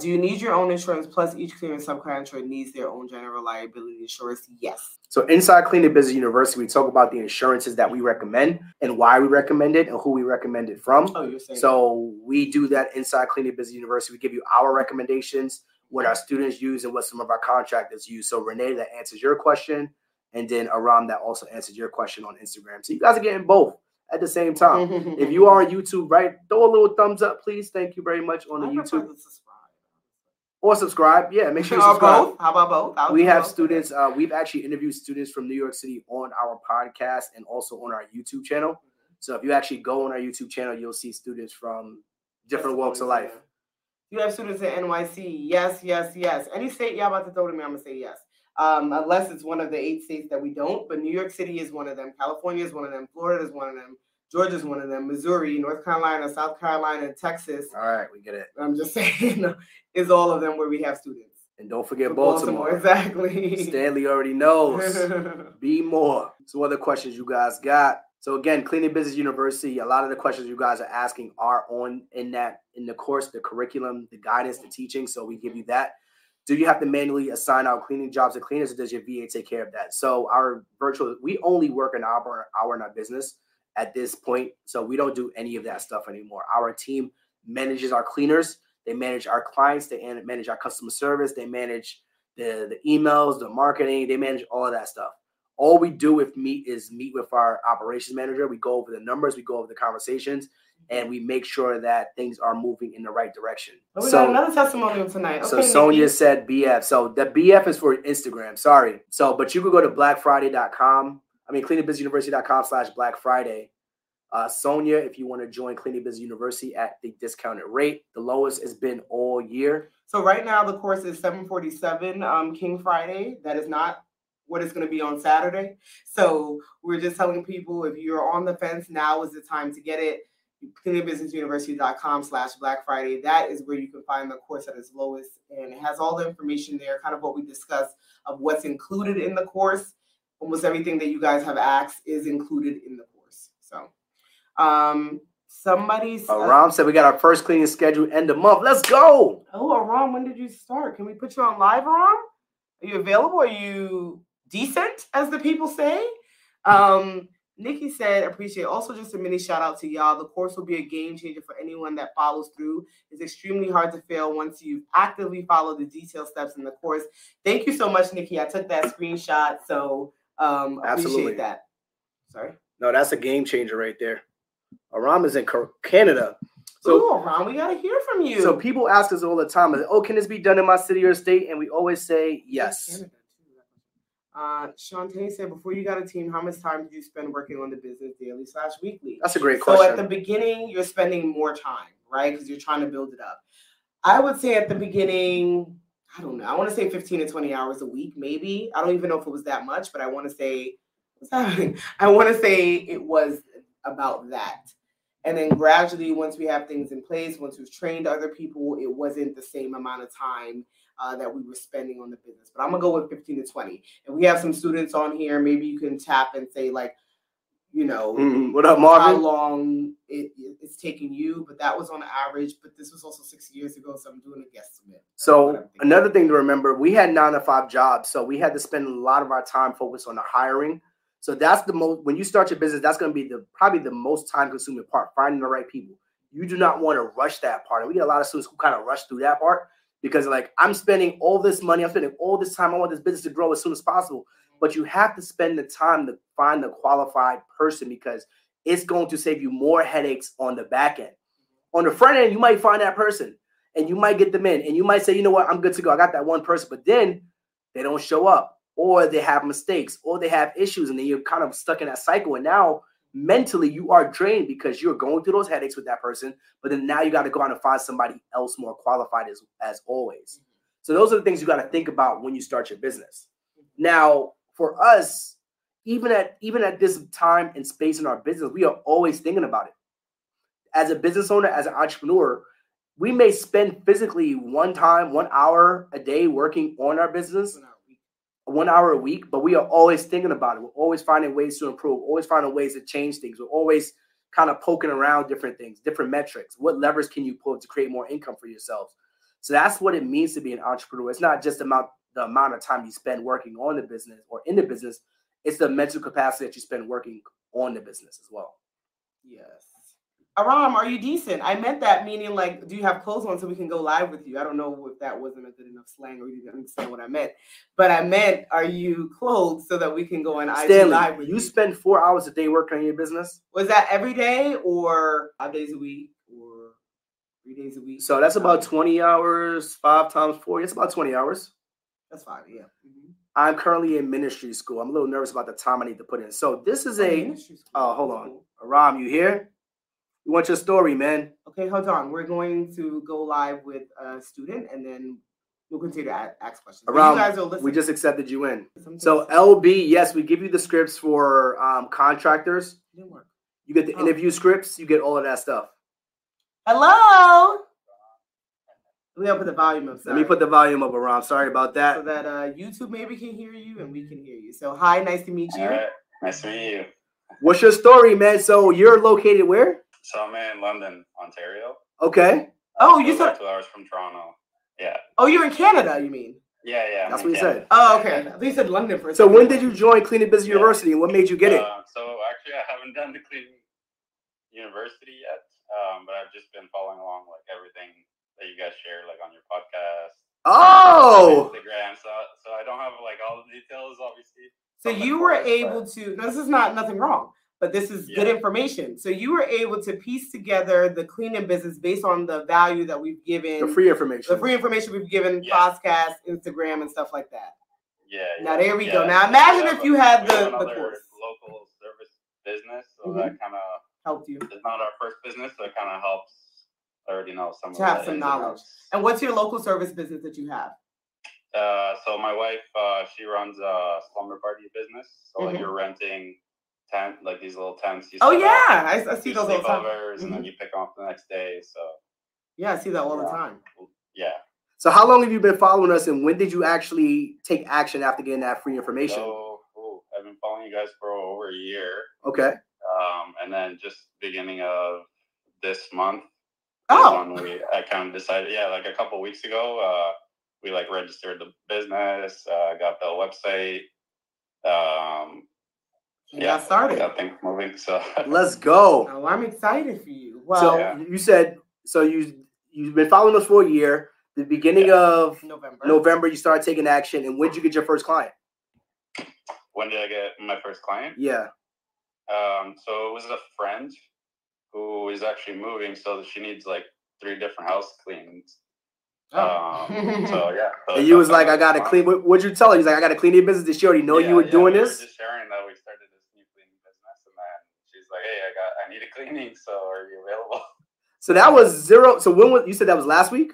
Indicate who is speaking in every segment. Speaker 1: Do you need your own insurance plus each clearance subcontractor needs their own general liability insurance? Yes.
Speaker 2: So inside Clean Up Business University, we talk about the insurances that we recommend and why we recommend it and who we recommend it from.
Speaker 1: Oh, you're saying
Speaker 2: So we do that inside Clean Up Business University. We give you our recommendations, what our students use, and what some of our contractors use. So Renee, that answers your question, and then Aram, that also answers your question on Instagram. So you guys are getting both at the same time. um,
Speaker 1: Mm-hmm.
Speaker 2: If you are on YouTube, right, throw a little thumbs up, please. Thank you very much on the YouTube or subscribe. Yeah, make sure you
Speaker 1: Or
Speaker 2: subscribe.
Speaker 1: both. How about both? I'll
Speaker 2: We
Speaker 1: do
Speaker 2: have
Speaker 1: both.
Speaker 2: students. Uh, we've actually interviewed students from New York City on our podcast and also on our YouTube channel. So if you actually go on our YouTube channel, you'll see students from different walks of life.
Speaker 1: You have students at NYC. Yes, yes, yes. Any state y'all about to throw to me, I'm gonna say yes. Um, unless it's one of the eight states that we don't, but New York City is one of them. California is one of them. Florida is one of them. Georgia is one of them. Missouri, North Carolina, South Carolina, Texas.
Speaker 2: All right, we get it.
Speaker 1: I'm just saying, is all of them where we have students.
Speaker 2: And don't forget
Speaker 1: For
Speaker 2: Baltimore.
Speaker 1: Exactly. Oh,
Speaker 2: Stanley already knows. Be more. So, other questions you guys got? So again, Cleaning Business University. A lot of the questions you guys are asking are on in that in the course, the curriculum, the guidance, the teaching. So we give you that. Do you have to manually assign out cleaning jobs to cleaners, or does your VA take care of that? So our virtual, we only work an hour hour in our business at this point. So we don't do any of that stuff anymore. Our team manages our cleaners. They manage our clients. They an- manage our customer service. They manage the, the emails, the marketing. They manage all of that stuff. All we do with meet is meet with our operations manager. We go over the numbers. We go over the conversations, and we make sure that things are moving in the right direction.
Speaker 1: Oh, we got
Speaker 2: so
Speaker 1: another testimonial tonight.
Speaker 2: so
Speaker 1: Okay,
Speaker 2: Sonia
Speaker 1: Nikki.
Speaker 2: said BF. So the BF is for Instagram. Sorry. So but you could go to blackfriday.com. I mean cleaningbusinessuniversity.com slash Black Friday. Uh, Sonia, if you want to join Cleaning Business University at the discounted rate, the lowest it's been all year.
Speaker 1: So right now the course is 747 um, King Friday. That is not what it's going to be on Saturday. So we're just telling people if you're on the fence, now is the time to get it. CleanUpBusinessUniversity.com slash Black Friday. That is where you can find the course at its lowest. And it has all the information there, kind of what we discussed of what's included in the course. Almost everything that you guys have asked is included in the course. So um, somebody's.
Speaker 2: Uh, Ram said we got our first cleaning schedule end of month. Let's go.
Speaker 1: Oh, Aram, when did you start? Can we put you on live, Aram? Are you available? Are you decent, as the people say? Um, Nikki said, appreciate. Also, just a mini shout out to y'all. The course will be a game changer for anyone that follows through. It's extremely hard to fail once you actively follow the detailed steps in the course. Thank you so much, Nikki. I took that screenshot, so um, appreciate
Speaker 2: Absolutely.
Speaker 1: that. Sorry.
Speaker 2: No, that's a game changer right there. Aram is in Ca- Canada. So
Speaker 1: Ooh, Aram, we gotta hear from you.
Speaker 2: so people ask us all the time, oh, can this be done in my city or state? And we always say yes.
Speaker 1: Canada, too. Uh, Shantae said, before you got a team, how much time did you spend working on the business daily slash weekly?
Speaker 2: That's a great
Speaker 1: So
Speaker 2: question.
Speaker 1: at the beginning, you're spending more time, right? Because you're trying to build it up. I would say at the beginning, I don't know. I want to say 15 to 20 hours a week, maybe. I don't even know if it was that much, but I want to say, what's happening? I want to say it was about that. And then gradually, once we have things in place, once we've trained other people, it wasn't the same amount of time uh, that we were spending on the business. But I'm gonna go with 15 to 20. And we have some students on here. Maybe you can tap and say like, you know,
Speaker 2: Mm, what up,
Speaker 1: how
Speaker 2: Marvin?
Speaker 1: long it, it's taking you. But that was on average. But this was also six years ago, so I'm doing a guesstimate. That's what
Speaker 2: So
Speaker 1: I'm thinking.
Speaker 2: another thing to remember, we had nine to five jobs, so we had to spend a lot of our time focused on the hiring. So that's the most when you start your business, that's going to be the probably the most time consuming part, finding the right people. You do not want to rush that part. And we get a lot of students who kind of rush through that part because like I'm spending all this money, I'm spending all this time, I want this business to grow as soon as possible. But you have to spend the time to find the qualified person because it's going to save you more headaches on the back end. On the front end, you might find that person and you might get them in and you might say you know what i'm good to go i got that one person but then they don't show up or they have mistakes or they have issues and then you're kind of stuck in that cycle and now mentally you are drained because you're going through those headaches with that person but then now you got to go out and find somebody else more qualified as as always so those are the things you got to think about when you start your business now for us even at even at this time and space in our business we are always thinking about it as a business owner as an entrepreneur we may spend physically one time, one hour a day working on our business,
Speaker 1: That's not weak.
Speaker 2: one hour a week, but we are always thinking about it. We're always finding ways to improve, always finding ways to change things. We're always kind of poking around different things, different metrics. What levers can you pull to create more income for yourself? So that's what it means to be an entrepreneur. It's not just about the amount of time you spend working on the business or in the business, it's the mental capacity that you spend working on the business as well.
Speaker 1: Yes. Aram, are you decent? I meant that meaning like, do you have clothes on so we can go live with you? I don't know if that wasn't a good enough slang or you didn't understand what I meant, but I meant, are you clothed so that we can go and IG live
Speaker 2: Stanley,
Speaker 1: with
Speaker 2: you spend four hours a day working on your business.
Speaker 1: Was that every day or five days a week or three days a week?
Speaker 2: So that's about
Speaker 1: Uh,
Speaker 2: 20 hours, five times four. It's about 20 hours.
Speaker 1: That's fine. Yeah. Mhm.
Speaker 2: I'm currently in ministry school. I'm a little nervous about the time I need to put in. So this is a
Speaker 1: Ministry school.
Speaker 2: oh, hold on. Aram, you here? We want your story, man.
Speaker 1: Okay, hold on. We're going to go live with a student and then we'll continue to a- ask questions. But
Speaker 2: Aram,
Speaker 1: you guys are listening.
Speaker 2: We just accepted you in.
Speaker 1: Sometimes
Speaker 2: So
Speaker 1: it
Speaker 2: LB, yes, we give you the scripts for um, contractors.
Speaker 1: didn't work.
Speaker 2: You get the
Speaker 1: Oh.
Speaker 2: interview scripts. You get all of that stuff.
Speaker 1: Hello. We gotta put the volume up.
Speaker 2: Let me
Speaker 1: sorry.
Speaker 2: put the volume up, Aram. Sorry about
Speaker 1: so
Speaker 2: that.
Speaker 1: that uh, YouTube maybe can hear you and we can hear you. So hi, nice to meet you.
Speaker 3: All right. Nice to meet you.
Speaker 2: What's your story, man? So you're located where?
Speaker 3: So I'm in London, Ontario.
Speaker 2: Okay.
Speaker 1: Oh, you
Speaker 3: So about
Speaker 1: said-
Speaker 3: two hours from Toronto. Yeah,
Speaker 1: Oh, you're in Canada, you mean?
Speaker 3: yeah, yeah.
Speaker 2: That's what
Speaker 3: I'm in
Speaker 2: you
Speaker 3: Canada.
Speaker 2: said.
Speaker 1: Oh, okay. I think you said London for a
Speaker 2: So
Speaker 1: second.
Speaker 2: when did you join Clean and Busy
Speaker 3: Yeah.
Speaker 2: University and what made you get it?
Speaker 3: Uh, so actually, I haven't done the Cleveland University yet, um, but I've just been following along like everything that you guys share, like on your podcast.
Speaker 2: Oh,
Speaker 3: Instagram. So, so I don't have like all the details, obviously.
Speaker 1: So
Speaker 3: London
Speaker 1: you were
Speaker 3: first,
Speaker 1: able to. No, this is not nothing wrong, but this is good
Speaker 3: Yeah.
Speaker 1: information. So you were able to piece together the cleaning business based on the value that we've given,
Speaker 2: the free information.
Speaker 1: the free information we've given,
Speaker 3: Yeah.
Speaker 1: podcast, Instagram, and stuff like that.
Speaker 3: Yeah.
Speaker 1: Now,
Speaker 3: yeah,
Speaker 1: there we go.
Speaker 3: yeah.
Speaker 1: Now, imagine if you had
Speaker 3: we have
Speaker 1: the- Mm-hmm. the
Speaker 3: another
Speaker 1: course.
Speaker 3: local service business, so that kind of
Speaker 1: Helped you.
Speaker 3: it's not our first business, so it kind of helps already know some
Speaker 1: To
Speaker 3: of
Speaker 1: have
Speaker 3: the
Speaker 1: some
Speaker 3: ins and
Speaker 1: knowledge.
Speaker 3: outs.
Speaker 1: And what's your local service business that you have?
Speaker 3: Uh, so my wife, uh, she runs a slumber party business. So like
Speaker 1: Mhm.
Speaker 3: you're renting tent, like these little tents. You
Speaker 1: Oh
Speaker 3: set
Speaker 1: yeah,
Speaker 3: up,
Speaker 1: I, I see
Speaker 3: do
Speaker 1: those all the time. Mm-hmm.
Speaker 3: sleepovers, and then you pick them up the next day. So
Speaker 1: Yeah, I see that all the
Speaker 3: Yeah.
Speaker 1: time.
Speaker 3: yeah.
Speaker 2: So how long have you been following us and when did you actually take action after getting that free information?
Speaker 3: So ooh, I've been following you guys for over a year,
Speaker 2: Okay.
Speaker 3: um, and then just beginning of this month is
Speaker 1: Oh,
Speaker 3: when we I kind of decided, yeah, like a couple weeks ago, uh, we like registered the business, uh, got the website, um,
Speaker 1: you got started.
Speaker 3: got things moving. So
Speaker 2: Let's go.
Speaker 1: Oh, I'm excited for you. Well,
Speaker 2: So you said so you you've been following us for a year. The beginning
Speaker 3: Yeah.
Speaker 2: of
Speaker 1: November.
Speaker 2: November you started taking action and when did you get your first client?
Speaker 3: when did I get my first client?
Speaker 2: Yeah.
Speaker 3: Um, so it was a friend who is actually moving, so she needs like three different house cleans.
Speaker 1: Oh.
Speaker 3: Um, so yeah.
Speaker 2: Oh.
Speaker 3: so
Speaker 2: And you was
Speaker 3: that's
Speaker 2: like,
Speaker 3: how
Speaker 2: I gotta
Speaker 3: found-
Speaker 2: clean. What, what'd you tell her? He's like, I gotta clean your business. Did she already know
Speaker 3: Yeah,
Speaker 2: you were
Speaker 3: yeah,
Speaker 2: doing
Speaker 3: we
Speaker 2: this?
Speaker 3: just sharing that we started this new cleaning business, and then she's like, "Hey, I got, I need a cleaning, so are you available?"
Speaker 2: So that was zero. So when was you said that was last week?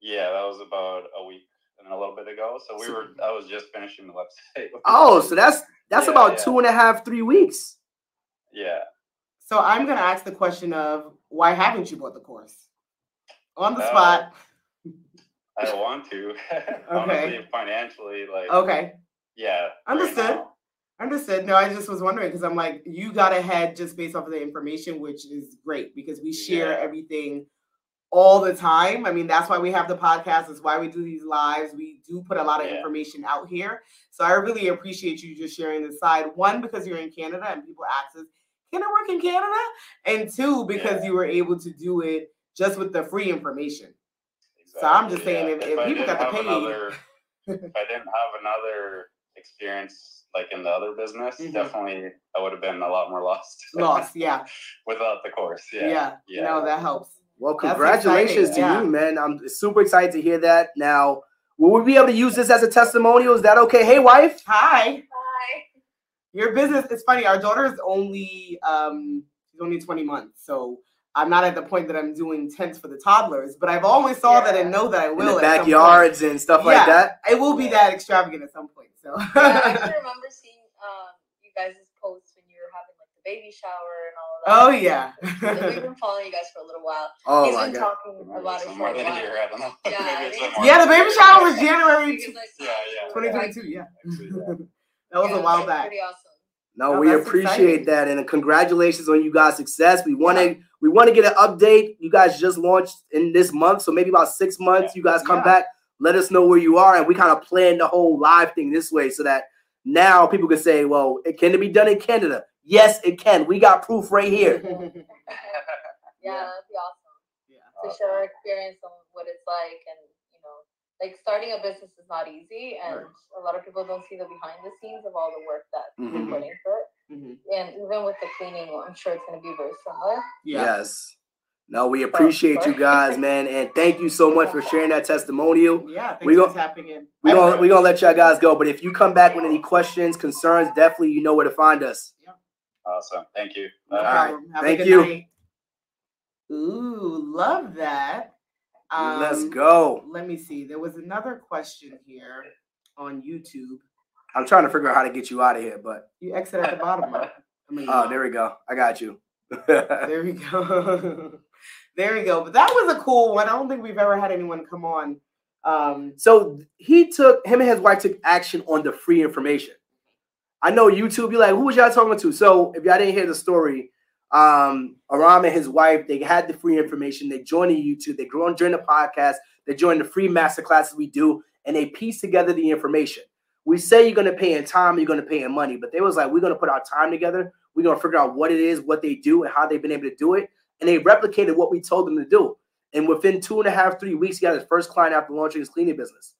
Speaker 3: Yeah, that was about a week and a little bit ago. So we
Speaker 2: So-
Speaker 3: were, I was just finishing the website.
Speaker 2: Oh, so that's that's
Speaker 3: Yeah,
Speaker 2: about
Speaker 3: yeah.
Speaker 2: two and a half, three weeks.
Speaker 3: yeah.
Speaker 1: So I'm gonna ask the question of why haven't you bought the course? On the
Speaker 3: Uh,
Speaker 1: spot.
Speaker 3: I don't want to. Honestly, financially, like,
Speaker 1: Okay.
Speaker 3: yeah. right
Speaker 1: Oh, Understood.
Speaker 3: now.
Speaker 1: Understood. No, I just was wondering because I'm like, you got ahead just based off of the information, which is great because we share
Speaker 3: Yeah.
Speaker 1: everything all the time. I mean, that's why we have the podcast, it's why we do these lives. We do put a lot of
Speaker 3: Yeah.
Speaker 1: information out here. So I really appreciate you just sharing this side. One, because you're in Canada and people ask us, can I work in Canada? And two, because
Speaker 3: Yeah.
Speaker 1: you were able to do it just with the free information. So I'm just
Speaker 3: Exactly,
Speaker 1: saying
Speaker 3: yeah.
Speaker 1: if- if
Speaker 3: I
Speaker 1: people
Speaker 3: didn't
Speaker 1: got the
Speaker 3: have
Speaker 1: pain-
Speaker 3: another- if I didn't have another experience like in the other business,
Speaker 1: Mhm.
Speaker 3: definitely I would have been a lot more lost.
Speaker 1: Lost, yeah.
Speaker 3: without the course. Yeah.
Speaker 1: yeah,
Speaker 3: yeah.
Speaker 1: no, that helps.
Speaker 2: Well,
Speaker 1: That's
Speaker 2: congratulations
Speaker 1: exciting,
Speaker 2: to
Speaker 1: yeah.
Speaker 2: you, man. I'm super excited to hear that. Now, will we be able to use this as a testimonial? Is that okay? Hey, wife.
Speaker 1: Hi,
Speaker 4: Hi.
Speaker 1: your business. It's funny. Our daughter is only um she's only twenty months, so I'm not at the point that I'm doing tents for the toddlers. But I've always saw that and know that I
Speaker 2: In
Speaker 1: will.
Speaker 2: the
Speaker 1: at some
Speaker 2: backyards and stuff
Speaker 1: Yeah.
Speaker 2: like that.
Speaker 1: point. It will be that extravagant at some point. So
Speaker 4: Yeah, I can remember seeing um, you guys' posts when you were having like the baby shower and
Speaker 1: oh
Speaker 4: all of that.
Speaker 1: yeah,
Speaker 4: Like, we've been following you guys for a little while.
Speaker 2: Oh
Speaker 4: He's
Speaker 2: my
Speaker 4: been
Speaker 2: god.
Speaker 4: talking
Speaker 3: Maybe
Speaker 4: about
Speaker 3: it's
Speaker 4: it for
Speaker 3: more
Speaker 4: a
Speaker 3: than a
Speaker 4: while.
Speaker 3: year. I don't know.
Speaker 4: Yeah, I
Speaker 3: Maybe it's
Speaker 4: think-
Speaker 3: more.
Speaker 1: yeah. The baby shower was January
Speaker 4: Because, like,
Speaker 3: Yeah, yeah.
Speaker 4: we were, like,
Speaker 1: 2022. Yeah,
Speaker 3: Actually, yeah.
Speaker 1: that was
Speaker 4: yeah,
Speaker 1: a while
Speaker 4: it's
Speaker 1: back.
Speaker 4: Pretty awesome.
Speaker 2: No,
Speaker 1: Oh,
Speaker 2: we
Speaker 1: that's
Speaker 2: appreciate
Speaker 1: exciting.
Speaker 2: that, and congratulations on you guys' success. We want to We want to get an update. You guys just launched in this month, so maybe about six months. You guys come
Speaker 1: Yeah.
Speaker 2: back, let us know where you are, and we kind of plan the whole live thing this way so that now people can say, "Well, it can it be done in Canada?" Yes, it can. We got proof right here.
Speaker 4: Yeah,
Speaker 1: Yeah.
Speaker 4: that'd be awesome
Speaker 1: Yeah.
Speaker 4: to share our experience on what it's like, and you know, like starting a business is not easy, and a lot of people don't see the behind the scenes of all the work that we're
Speaker 1: Mhm.
Speaker 4: putting into it.
Speaker 1: Mhm.
Speaker 4: And even with the cleaning, I'm sure it's going to be very similar.
Speaker 1: Yeah.
Speaker 2: Yes. No, we appreciate you guys, man, and thank you so much for sharing that testimonial.
Speaker 1: Yeah. Thanks
Speaker 2: We
Speaker 1: for
Speaker 2: gon-
Speaker 1: tapping in.
Speaker 2: We gonna we gonna let y'all guys go, but if you come back with any questions, concerns, definitely you know where to find us.
Speaker 3: Awesome. Thank you.
Speaker 1: No
Speaker 3: Bye.
Speaker 2: right.
Speaker 1: problem. Have a
Speaker 2: Thank
Speaker 1: good
Speaker 2: you.
Speaker 1: night. Ooh, love that. Um,
Speaker 2: Let's go.
Speaker 1: Let me see. There was another question here on YouTube.
Speaker 2: I'm trying to figure out how to get you out of here, but
Speaker 1: You exit at the bottom. Mark. I mean,
Speaker 2: oh, there we go. I got you.
Speaker 1: There we go. there we go. But that was a cool one. I don't think we've ever had anyone come on. Um,
Speaker 2: so he took him and his wife took action on the free information. I know YouTube. You're like, who was y'all talking to? So if y'all didn't hear the story, um, Aram and his wife they had the free information. They joined the YouTube. They grew on during the podcast. They joined the free master classes we do, and they piece together the information. We say you're gonna pay in time, you're gonna pay in money, but they was like, we're gonna put our time together. We're gonna figure out what it is, what they do, and how they've been able to do it. And they replicated what we told them to do. And within two and a half, three weeks, he got his first client after launching his cleaning business.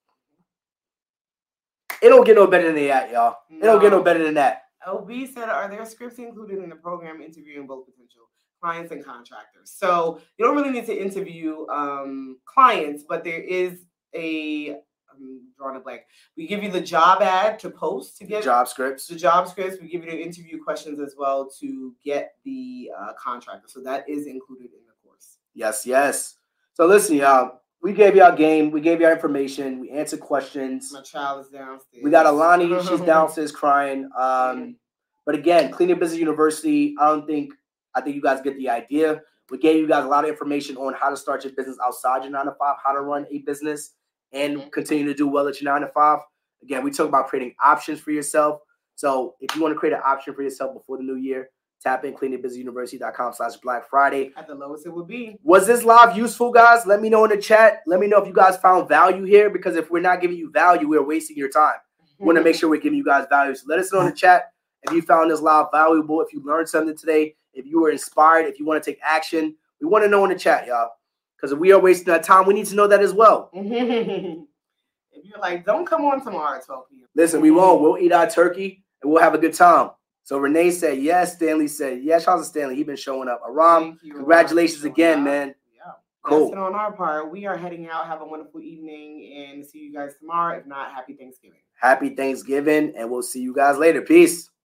Speaker 2: It don't get no better than that, y'all. It don't get no better than that.
Speaker 1: OB Oh, said, are there scripts included in the program interviewing both potential clients and contractors? So you don't really need to interview um, clients, but there is a, I'm drawing a blank. We give you the job ad to post to get
Speaker 2: Job scripts.
Speaker 1: the job scripts. We give you the interview questions as well to get the uh, contractor. So that is included in the course.
Speaker 2: Yes, yes. So listen, y'all. We gave y'all game. We gave y'all information. We answered questions.
Speaker 1: My child is downstairs.
Speaker 2: We got Alani. She's downstairs crying. Um, but again, Cleaning Business University. I don't think. I think you guys get the idea. We gave you guys a lot of information on how to start your business outside your nine to five, how to run a business, and
Speaker 4: Mhm.
Speaker 2: continue to do well at your nine to five. Again, we talk about creating options for yourself. So if you want to create an option for yourself before the new year, tap in cleaningbusinessuniversity.com slash Black Friday.
Speaker 1: At the lowest it would be.
Speaker 2: Was this live useful, guys? Let me know in the chat. Let me know if you guys found value here because if we're not giving you value, we're wasting your time. We want to make sure we're giving you guys value. So let us know in the chat if you found this live valuable, if you learned something today, if you were inspired, if you want to take action. We want to know in the chat, y'all. Because if we are wasting our time, we need to know that as well.
Speaker 1: if you're like, don't come on tomorrow at 12 p.m.
Speaker 2: Listen, we won't. We'll eat our turkey and we'll have a good time. So Renee said yes. Stanley said yes. Shout out to Stanley. He's been showing up. Aram,
Speaker 1: Thank you,
Speaker 2: Um, congratulations
Speaker 1: Ron.
Speaker 2: again, man.
Speaker 1: Yeah. Cool. That's
Speaker 2: Cool.
Speaker 1: it on our part. We are heading out. Have a wonderful evening and see you guys tomorrow. If not, happy Thanksgiving.
Speaker 2: Happy Thanksgiving, and we'll see you guys later. Peace.